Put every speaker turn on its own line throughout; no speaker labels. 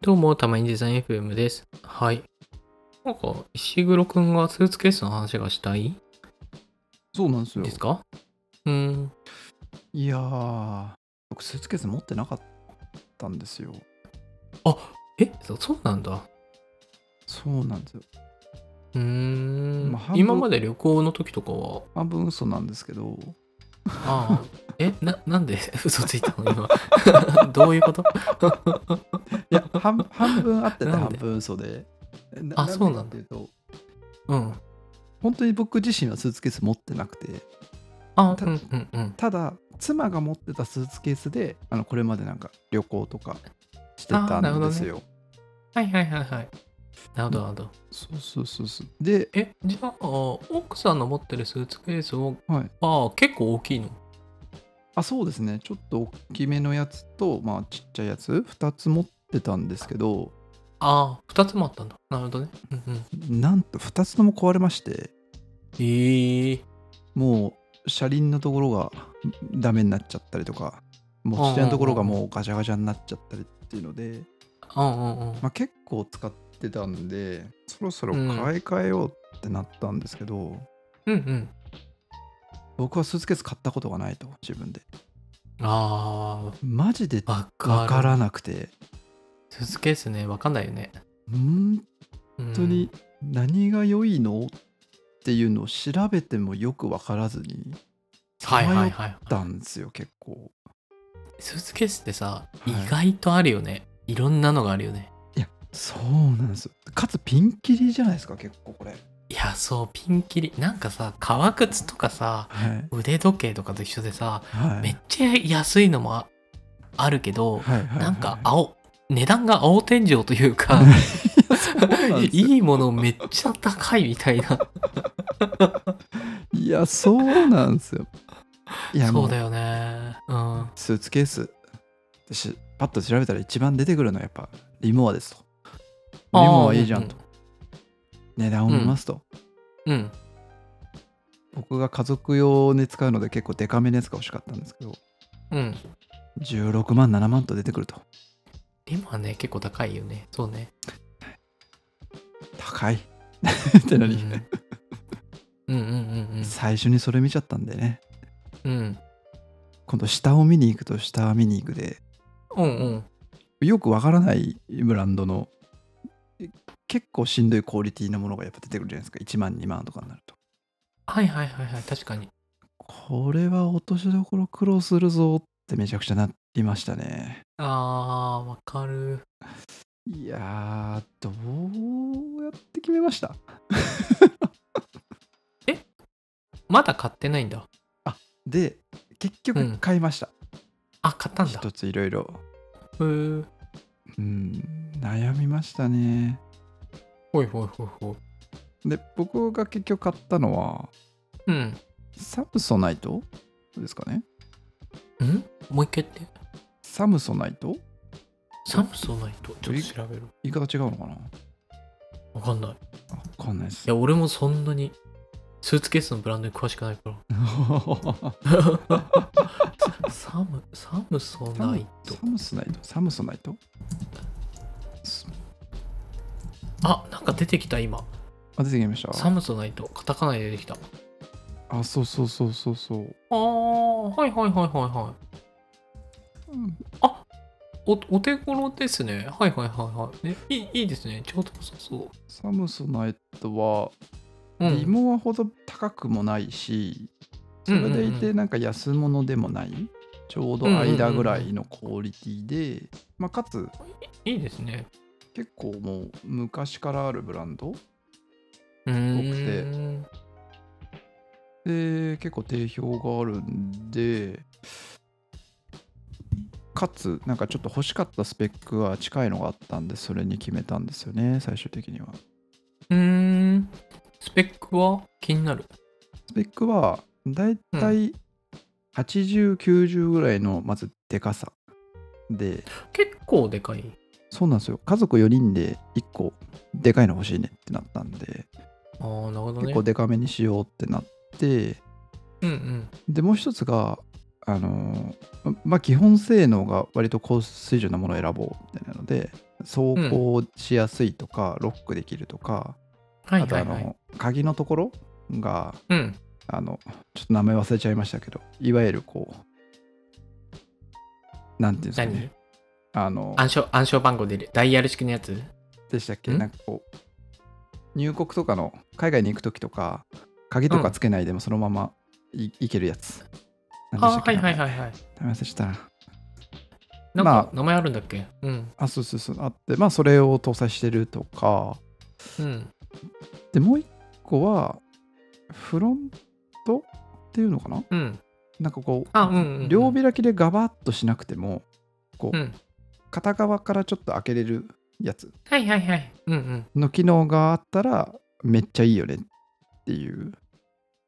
どうも、たまにデザイン FM です。はい。なんか、石黒くんがスーツケースの話がしたい
そうなんですよ。
ですかうーん。
いやー、僕、スーツケース持ってなかったんですよ。
え、そそうなんだ。
そうなんですよ。
うーん、
まあ半分
今まで旅行の時とかは、
半分嘘なんです けど、
ああ、え、な、なんで 嘘ついたの今。 どういうこと
いや、半半分あってて
なん
半
で
分嘘で。な
あそうなんだ
でかっていうと、
うん。
本当に僕自身はスーツケース持ってなくて、
あ、う
た
んうんうん。
ただ、妻が持ってたスーツケースで、あのこれまでなんか旅行とかして
あ
た
ーなるほ
ん
ど
で
ね
すよ。
はいはいはいはい。なるほどなるほど。
そうそうそうそう。で、
え、じゃあ、奥さんの持ってるスーツケースを、
はい
ああ、結構大きいの。
あそうですねちょっと大きめのやつと、まあ、ちっちゃいやつ2つ持ってたんですけど
ああ、二つもあったんだ。なるほどね。うんうん。
なんと2つとも壊れまして
ええ
もう車輪のところがダメになっちゃったりとか持ち手のところがもうガチャガチャになっちゃったりっていうので、
うんうんうん。
まあ、結構使ってたんでそろそろ買い替えようってなったんですけど、
うんうん。
僕はスーツケース買ったことがないと自分で
あ
マジで
あ、わかる。
分からなくて
スーツケースね、わかんないよね。
本
本
当に。何が良いのっていうのを調べてもよく分からずに
はいはいはい。
たんですよ結構
スーツケースってさ、
い
意外とあるよね。いろんなのがあるよね。
そうなんですよかつピンキリじゃないですか結構これ
いや、そう、ピンキリ。なんかさ、革靴とかさ、
はい
腕時計とかと一緒でさ、
はい
めっちゃ安いのもああるけど、
はいはい
なん か
は
青、値段が青天井というか、
いはい
いいものめっちゃ高いみたいな。
いやそうなんですよいや
そ
も
うだ
う
よね。うん。
スーツケースでしパッと調べたら一番出てくるのはやっぱリモアですとリモアいいじゃんと、値段を見ますと、
うんうん。
僕が家族用に使うので結構デカめのやつが欲しかったんですけど
うん。うん
16万7万と出てくると
リモはね、結構高いよね。そうね。
高い ってなり、
うん、うんうん
最初にそれ見ちゃったんでね
うんうん。うん。
今度下を見に行くと下を見に行くで
うんうん。
よくわからないブランドのえ結構しんどいクオリティのものがやっぱ出てくるじゃないですか1万2万とかになると
はいはいはいはい。確かに。
これは落としどころ苦労するぞってめちゃくちゃなりましたね
あー、わかる。
いやーどうやって決めました
まだ買ってないんだ。
で結
うん
局買いました、
あ、買ったんだ。
一ついろいろ
へー。
うん悩みましたね
ほいほいほいほい。
で僕が結局買ったのは
うん。
サムソナイトですかね
んもう一回言って。
サムソナイト
サムソナイト。ちょっと調べる。
言い方違うのかな
わかんない。い
あわかんないです。
や、俺もそんなにスーツケースのブランドに詳しくないから。サム、サムソ
サ
ナ
ム
イト。
サムソナイトサムソナイトす
あ、なんか出てきた今。
あ、出てきました。
サムソナイト。カタカナで出てきた。
あ、そうそうそうそうそう。
あー、はいはいはいはいはい。
うん
おお手頃ですね。はいはいはいはい。ね、いいいいですね。ちょうどそうそ
サムソナイトは、
う。う
リ
ん、
モアほど高くもないし、それでい
うんうんう
てなんか安物でもない、ちょうど間ぐらいのクオリティで、まあ、かつ
いいですね。
結構もう昔からあるブランド
うーん。
僕ってで結構定評があるんでかつなんかちょっと欲しかったスペックが近いのがあったんでそれに決めたんですよね最終的には
うーん。スペックは気になる。
スペックはだいたい8090ぐらいのまずでかさで
結構でかい。
そうなんですよ家族4人で1個でかいの欲しいねってなったんで
ああ、なるほどね。
結構でかめにしようってなって
うんうん。
でもう一つがあのーまあ基本性能が割と高水準なものを選ぼうみたいなので走行しやすいとか、ロックできるとか、
はい
あと
は
あ
い
の、
はい。
鍵のところが
うん。
あのちょっと名前忘れちゃいましたけどいわゆるこうなんていうんですか
何
ねあの
暗証、暗証番号出る。ダイヤル式のやつ
でしたっけ
ん
なんかこう入国とかの海外に行く時とか鍵とかつけないでもそのままい,、けるやつ
ああー、はいはい
い
はいはい。
名前忘れちゃったな
なん
まあ
か、名前あるんだっけうん。
あそうそうそうあってまあそれを搭載してるとか
うん。
でもう一個はフロントっていうのかな
うん。
なんかこう
あ、うんうん、うん。
両開きでガバッとしなくてもこう、
うん
片側からちょっと開けれるやつ
はいはいはい。うんうん。
の機能があったらめっちゃいいよねっていう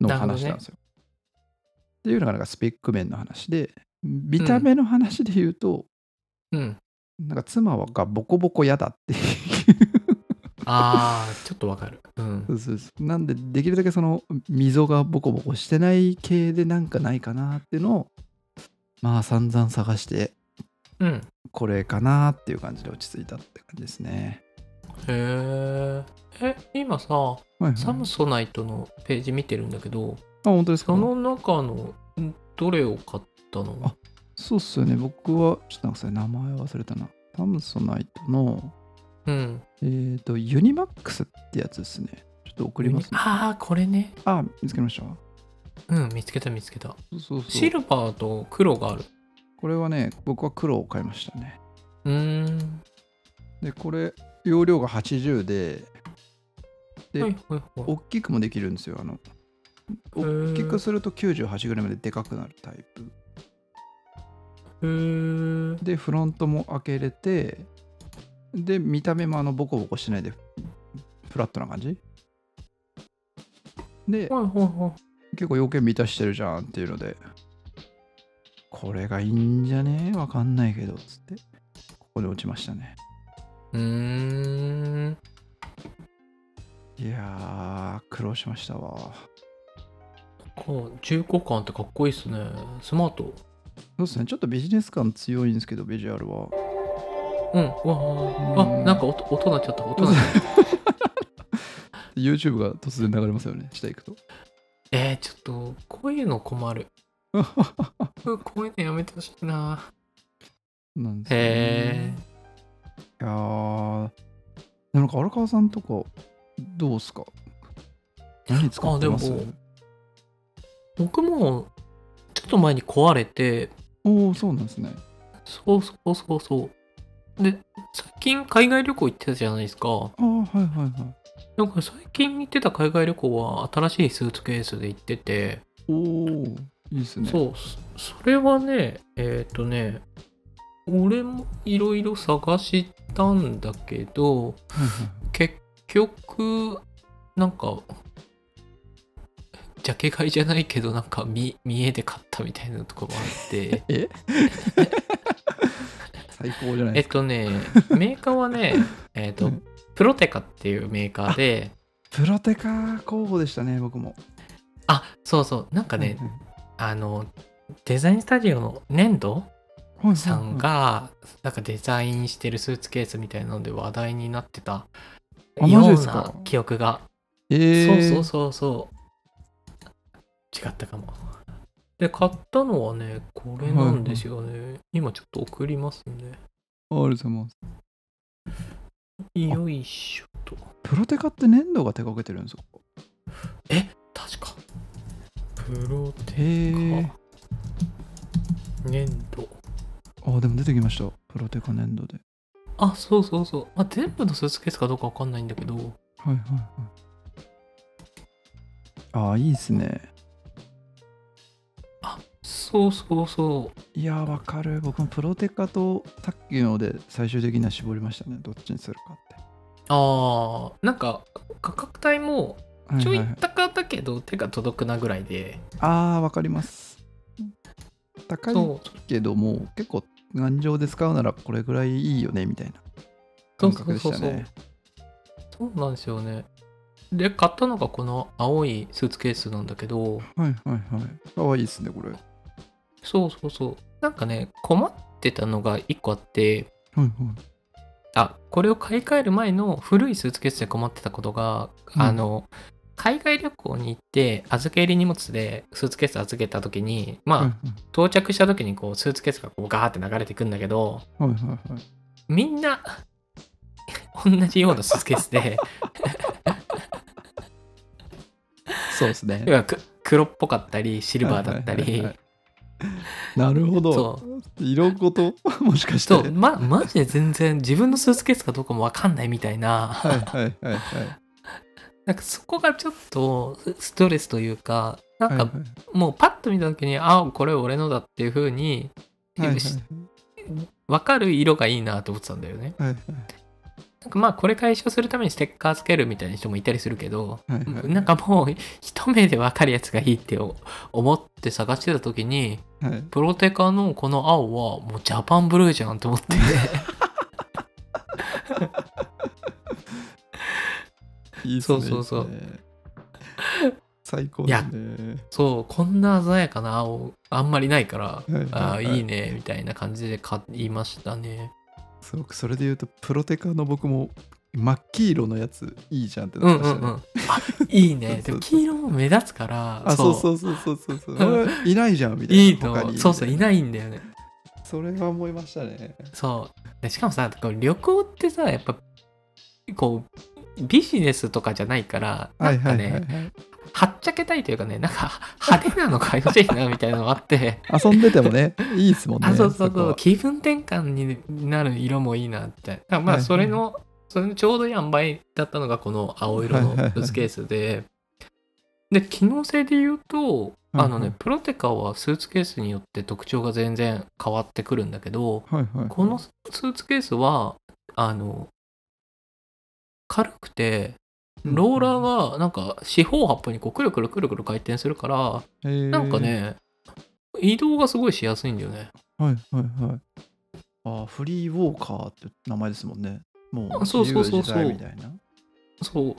のを話したんですよ。っていうのがなんかスペック面の話で見た目の話で言うと、
うん。
なんか妻がボコボコ嫌だって
ああ、ちょっとわかる。うん。
そうそうそうなんでできるだけその溝がボコボコしてない系でなんかないかなっていうのをまあ散々探して
うん。へ
これかなっていう感じで落ち着いたって感じですね。
え。え、今さ、
はいはい
サムソナイトのページ見てるんだけど、
あ、本当ですか
その中のんどれを買ったの
あそうっすよね。僕は、ちょっとなんかそれ名前忘れたな。サムソナイトの、
うん。
えっ、と、ユニマックスってやつですね。ちょっと送ります、ね。
ああ、これね。
あ、見つけました
うん、見つけた見つけた。
そうそうそう
シルバーと黒がある。
これはね、僕は黒を買いましたね。
うーん。
で、これ、容量が80で、で
はいはいはい。
大きくもできるんですよ。あの、
へー
大きくすると 98g ででかくなるタイプ。
へー
で、フロントも開けれて、で、見た目もあの、ボコボコしないで、フラットな感じで、
はいはいは
結構要件満たしてるじゃんっていうのでこれがいいんじゃねわかんないけどつってここで落ちましたね
い。うーん。
いやー苦労しましたわ
こう重厚感ってかっこいいっすね。スマート。
そうですねちょっとビジネス感強いんですけどビジュアルは
うん。うわ
う
あ。あ、
ん
なんか音音鳴っちゃった。音鳴っ ちゃった。
YouTube が突然流れますよね下行くと
えー、ちょっと、こういうの困 る。うんこういうのやめてほしいな。
なんですよ
へ
ねいやーでもなんか荒川さんとかどうっすか何使ってます
あでも僕も、ちょっと前に壊れて、
おおそうなんですね
そうそうそうそう。で、最近海外旅行行ってたじゃないですか。
ああはいはいはい
なんか最近行ってた海外旅行は新しいスーツケースで行ってて、
おおいいっすね
そう、そそれはね、えっ、とね、俺もいろいろ探したんだけど、
はいはい
結局なんかジャケ買いじゃないけどなんか見見えで買ったみたいなとこもあって
え最高じゃない
え
で
っ
すか。
とねメーカーは ねえっ
う
と
ん
プロテカっていうメーカーで
プロテカ候補でしたね、僕も。
あそうそうなんかね、
はい
あのデザインスタジオの粘土
はい、
さん
はい
がなんかデザインしてるスーツケースみたいなので話題になってた
あ
よ
マジで
う
すか
な記憶が
はい、え
そう
ー、
そうそうそう。違ったかも。で、買ったのはね、これなんですよね。今ちょっと送りますね。
ありがとうございます
よいしょと。
プロテカって粘土が手掛けてるんですか
確か。プロテ
へー
カ。粘土。
あ、でも出てきました。プロテカ粘土で。
あ、そうそうそう。まあ、全部のスーツケースかどうかわかんないんだけど、
はいはいはい。あー、いいっすね。
そうそうそう。
いやー、わかる。僕もプロテカとさっきので最終的には絞りましたね。どっちにするかって。
あー、なんか価格帯も
はい
ちょ
はい
い
はい、
高だけど手が届くなぐらいで、
あー、わかります。高い
そう
けども結構頑丈で使うならこれぐらいいいよねみたいな
そう
感
そ
覚
う
で
そう
した
そう
ね。
そうなんですよね。で、買ったのがこの青いスーツケースなんだけど、
はいはいはい。かわいいですねこれ。はい
そうそうそう。なんかね、困ってたのが一個あって、
はい。
あこれを買い替える前の古いスーツケースで困ってたことが、
うん
あの海外旅行に行って預け入り荷物でスーツケース預けた時にまあ、
う
到着した時にこうスーツケースがこうガーって流れてくんだけど
んうんはいはいはい
みんな同じようなスーツケース で
そうですね
要。はく黒っぽかったりシルバーだった
はいはい
り
はいなるほど
そ。
色ごと もしかして。
そうまマジで全然自分のスーツケースかどうかもわかんないみたいな
はいはいはいはい。
なんかそこがちょっとストレスというかなん
はいは
かもうパッと見た時に、あこれ俺のだっていう風に、
いはいはい
し分かる色がいいなと思ってたんだよね
はい
なんかまあこれ解消するためにステッカーつけるみたいな人もいたりするけど、
はいはいはい
なんかもう一目で分かるやつがいいって思って探してた時に
はいはい
プロテカのこの青はもうジャパンブルーじゃんと思って
いいっす
そ
ね
うそうそう
いいっすね最高ですね。
そうこんな鮮やかな青あんまりないから
はいはい
あ
はい
いいねみたいな感じで買いましたね
すごくそれで言うと、プロテカの僕も真っ黄色のやついいじゃんって
う
なっ
ん
て
う
ま
ん
した
う
ね。
んあいいねでも黄色も目立つから
あ、そうそうそうそうそうそう。あれいないじゃんみたい な。
いいと
他
思
に
うそうそういないんだよね
それは思いましたね。
そうでしかもさこう旅行ってさやっぱこうビジネスとかじゃないからな
は
いんか
はいはいは
ね
い。
はっちゃけたいというかねなんか派手なの買い欲しいなみたいなのもあって
遊んでても ね、いいですもん ね。
あそうそう
こ
そう
は
気分転換になる色もいいなってだからま
はいは
あ
い
それの、それのちょうどいい塩梅だったのがこの青色のスーツケースで、で機能性で言うとあのね、
はいはい
プロテカはスーツケースによって特徴が全然変わってくるんだけど
はいはい。
このスーツケースはあの軽くてローラ
が、
ーがなんか四方八方にこうくるくるくるくる回転するから
えー
なんか。ね移動がすごいしやすいんだよね
はいはいはい。あフリーウォーカーって名前ですもんね。もう、
あそうそうそうそう
自由自在みたいな。
そ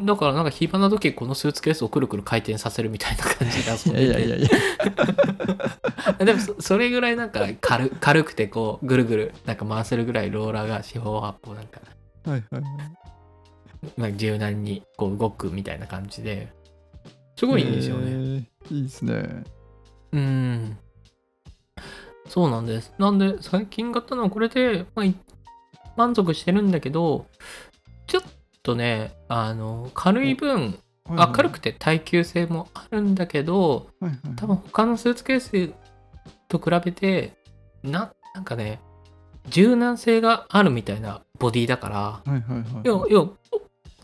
うだからなんか暇な時このスーツケースをくるくる回転させるみたいな感じで遊ん
いやい
で
やいや
て
いや。
でもそそれぐらいなんか軽軽くてこうぐるぐるなんか回せるぐらいローラーが四方八方なんか
はいはいはい。
なんか柔軟にこう動くみたいな感じですごいいいんですよね、
えー。いいですね。
うーん。そうなんです。なんで、最近買ったのはこれで、まあ、い満足してるんだけど、ちょっとね、あの、軽い分、
はいはい
あ軽くて耐久性もあるんだけど、
はいはい、
多分他のスーツケースと比べて、な、なんかね、柔軟性があるみたいなボディだから、
はいはいはい。
要要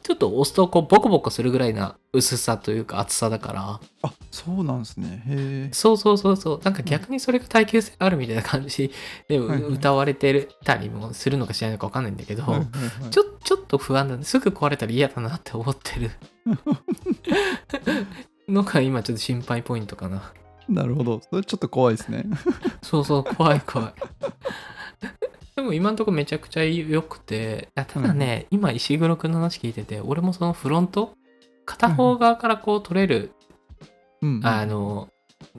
ちょっと押すとこうボコボコするぐらいな薄さというか厚さだから、
あそうなんですね。へえ。
そうそうそうそうなんか逆にそれが耐久性あるみたいな感じで
はいはいう
歌われてたりもするのかしないのか分かんないんだけど、
はいはいはい
ちょちょっと不安だねすぐ壊れたら嫌だなって思って るのが今ちょっと心配ポイントかな
なるほど。それちょっと怖いですね。
そうそう怖い怖いでも今のところめちゃくちゃ良くてあただね、今石黒くんの話聞いてて俺もそのフロント片方側からこう取れる
うんうん
あの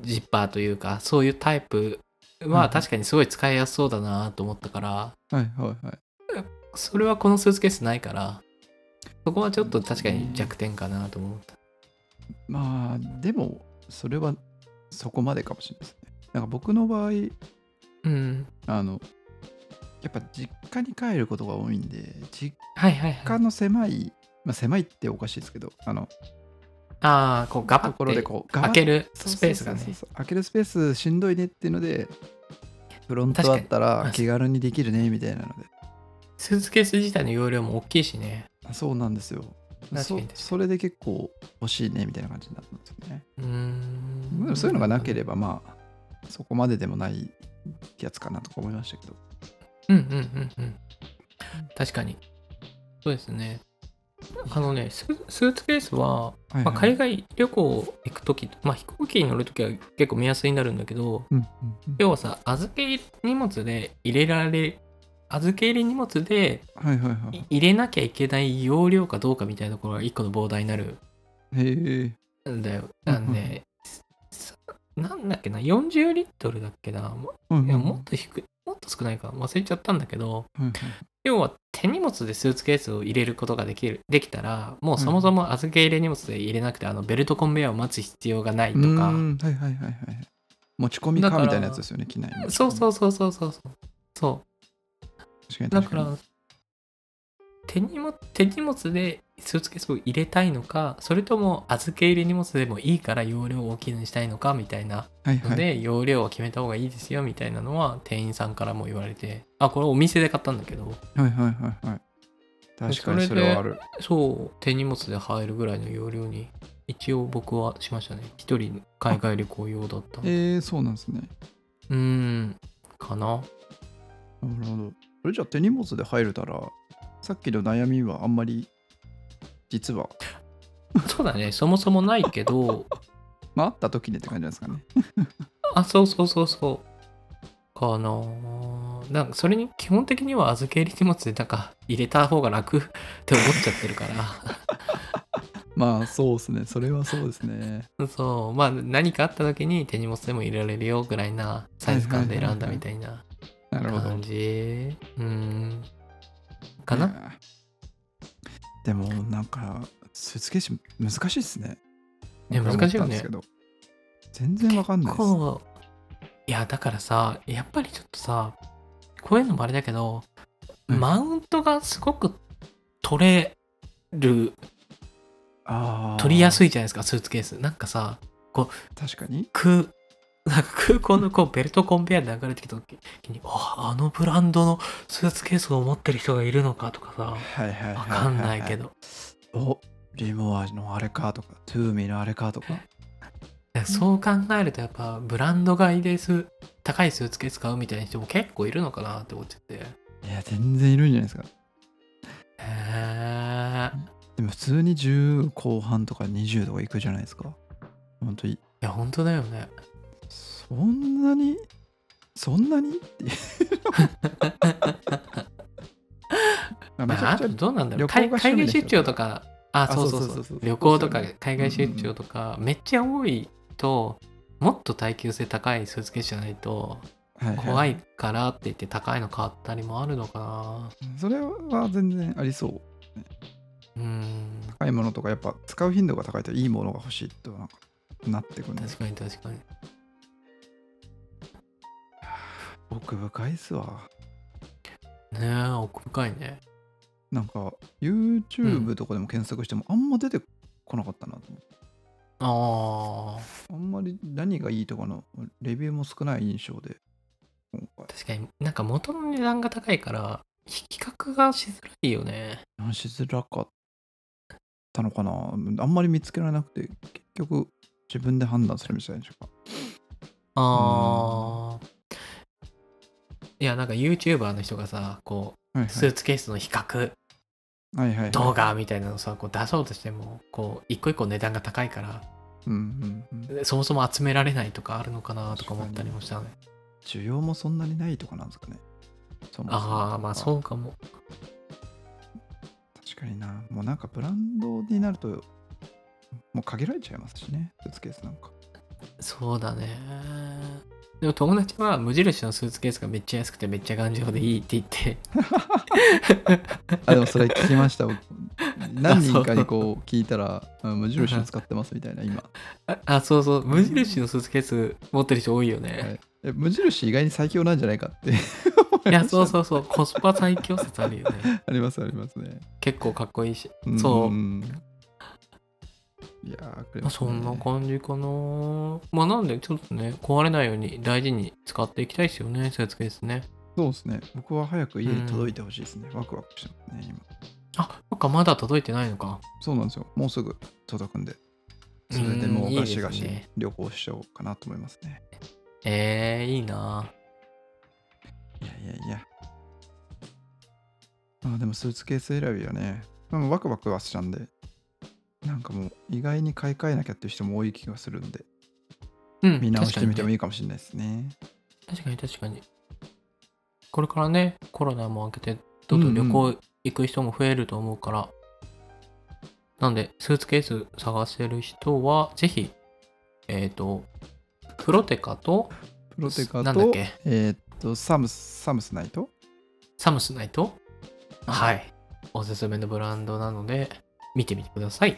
ジッパーというかそういうタイプ
う
は
ん
確かにすごい使いやすそうだなと思ったから
はいはいはい。
それはこのスーツケースないからそこはちょっと確かに弱点かなと思った
まあでもそれはそこまでかもしれないですね。なんか僕の場合
うん
あのやっぱ実家に帰ることが多いんで実
はいはいは
家
い
の狭い、まあ、狭いっておかしいですけどあの
ああこうガバ
ところ
ッ
で
て
こうガバ
開け
ッ
る
そう
ス
そう
ペ
そう
ー
そ
スが
う
ね
そう開けるスペースしんどいねっていうのでフロントだっ
確か
た
らに
気軽にできるねみたいなので
スーツケース自体の容量も大きいしね
あそうなんですよ
確かに
そ
確かに
それで結構欲しいねみたいな感じになったんですよね
うーん
でもそういうのがなけ
ば
ればまあそこまででもないやつかなとか思いましたけど
うんうんうんうん確かにそうですねあのねススーツケースは
はい
まあ、海
外
外旅行行く時まあ、飛行機に乗る時は結構目安になるんだけど
うんうんうん
要はさ預け荷物で入れられ預け入れ荷物で
はいはいはい
い入れなきゃいけない容量かどうかみたいなところが一個の膨大になる
へえ
んだよ。なん
うんう
で、さなんだっけな40リットルだっけなも
うんう
い
ん
やもっと低いもっと少ないか忘れちゃったんだけど、
うんうん
要は手荷物でスーツケースを入れることができるできたらもうそもそも預け入れ荷物で入れなくて、あのベルトコンベヤーを待つ必要がないと
う
か、
んはいはいはいはい。持ち込み
だ
か
から
みたいなやつですよね、機内持ち込み
そうそうそうそうそうそうそ
確かに
うだ
確
か
かに
ら手荷物手荷物でスーツケースを入れたいのかそれとも預け入れ荷物でもいいから容量を大きいのにしたいのかみたいな
はい
の
はい
で、容量を決めた方がいいですよみたいなのは店員さんからも言われてあこれお店で買ったんだけど
はいはいはいはい。確かに
そ
そ
れで
れはある。
そう、手荷物で入るぐらいの容量に、一応僕はしましたね。一人の海外旅行用だったんで。
えー、そうなんですね。
うーん、かな。
なるほど。それじゃあ手荷物で入れたら、さっきの悩みはあんまり、実は、
そうだね、そもそもないけど、
まあ、あった時にって感じなんですかね。
あ、そうそうそうそう。かな。なんかそれに基本的には預け入れ荷物でなんか入れた方が楽 って思っちゃってるから
まあ、そうですね。それはそうですね。
そうまあ何かあった時に手荷物でも入れられるよぐらいなサイズ感で選んだみたいな
なるほど
感。じうんかな、
ねえでもなんかスーツケース難しいっすね。
ね
僕は
難しいよね
思ったんですけど全然わかんないです。
こういやだからさやっぱりちょっとさこういうのもあれだけど、
うん
マウントがすごく取れる
あ
取りやす
い。
いじゃないですかスーツケースなんかさ
確かに。
空なんか空港のこうベルトコンベヤーで流れてきた時に「ああのブランドのスーツケースを持ってる人がいるのか」とかさ
はいはいはいはい、
わかんないけ。ど
おリモアのあれかとか、トゥーミーのあれかとか。
そう考えるとやっぱブランド買いです高いスーツケース買うみたいな人も結構いるのかなって思っちゃってへ
いや、全然いるんじゃないですか。
え
でも普通に10後半とか20とかいくじゃないですか。本当に、
いや本当だよね
そんなに、そんなにっていう。まあめ ち
まあ、
ゃ
あ
くち
と
ゃ
どうなんだろう
旅行が
海
趣
海
味の
外
人
出張とかあ
あ
そうそうそう
そ
う
そうそう
旅行と
そう
か
ですよね
海外出張とか、めっちゃ多いともっと耐久性高いスーツケースじゃないと
はいはい
怖いからって言って高いの買ったりもあるのか
それは全然ありそう。
なうん
高いものとかやっぱ使う頻度が高いといいものが欲しいとなんかなってくるんです
確かに確かに
奥深いっすわ。
ねえ奥深いね
なんか YouTube とかでも検索してもあんま出てこなかったなと思って、
あー
あんまり何がいいとかのレビューも少ない印象で今回
確かになんか元の値段が高いから比較がしづらいよね
話しづらかったのかなあんまり見つけられなくて結局自分で判断するみたいなしか
あーいやなんか YouTuber の人がさこ
はいう
スーツケースの比較
はいはいはいはい
動画みたいなのさこう出そうとしてもこう一個一個値段が高いから
うんうんうん
でそもそも集められないとかあるのかなとか思ったりもしたね
需要もそんなにないとかなんですかねそもそも
ああまあそうかも
確かになもうなんかブランドになるともう限られちゃいますしねスーツケースなんか
そうだねでも友達は無印のスーツケースがめっちゃ安くてめっちゃ頑丈でいいって言って
あでもそれ聞き ました僕何人かにこう聞いたらうん無印を使ってますみたい な今
ああそうそう無印のスーツケース持ってる人多いよ
は
ね、
いえ無印意外に最強なんじゃないかって
い、やそうそうそうコスパ最強説あるよね
ありますありますね
結構かっこいいし
ん
そうん
いやーく
まあ
れます
そ
ね
んな感じかなまあなんでちょっとね壊れないように大事に使っていきたいですよねスーツケースね
そうですね僕は早く家に届いてほしいですね、ワクワクしてますね今
あなんかまだ届いてないのか
そうなんですよもうすぐ届くんでそれで
う
も
ん
う
いい
ガ
です
シ
ね
ガシ旅行しちゃおうかなと思いますね
えー、いいない
やいやいや。まあでもスーツケース選びはね、まあ、ワクワクはしたんで、なんかもう意外に買い替えなきゃっていう人も多い気がするんで、
うん
見直してみてもい
い
いかもしれないですね。
確かに確かにこれからねコロナも明けてどんどん旅行行く人も増えると思うから、なんでスーツケース探せる人はぜひえっ、とプロテカと
プロテカ
なんだっ
と
け、
えーっとサムス、サムスナイト
サムスナイトはい。おすすめのブランドなので、見てみてください。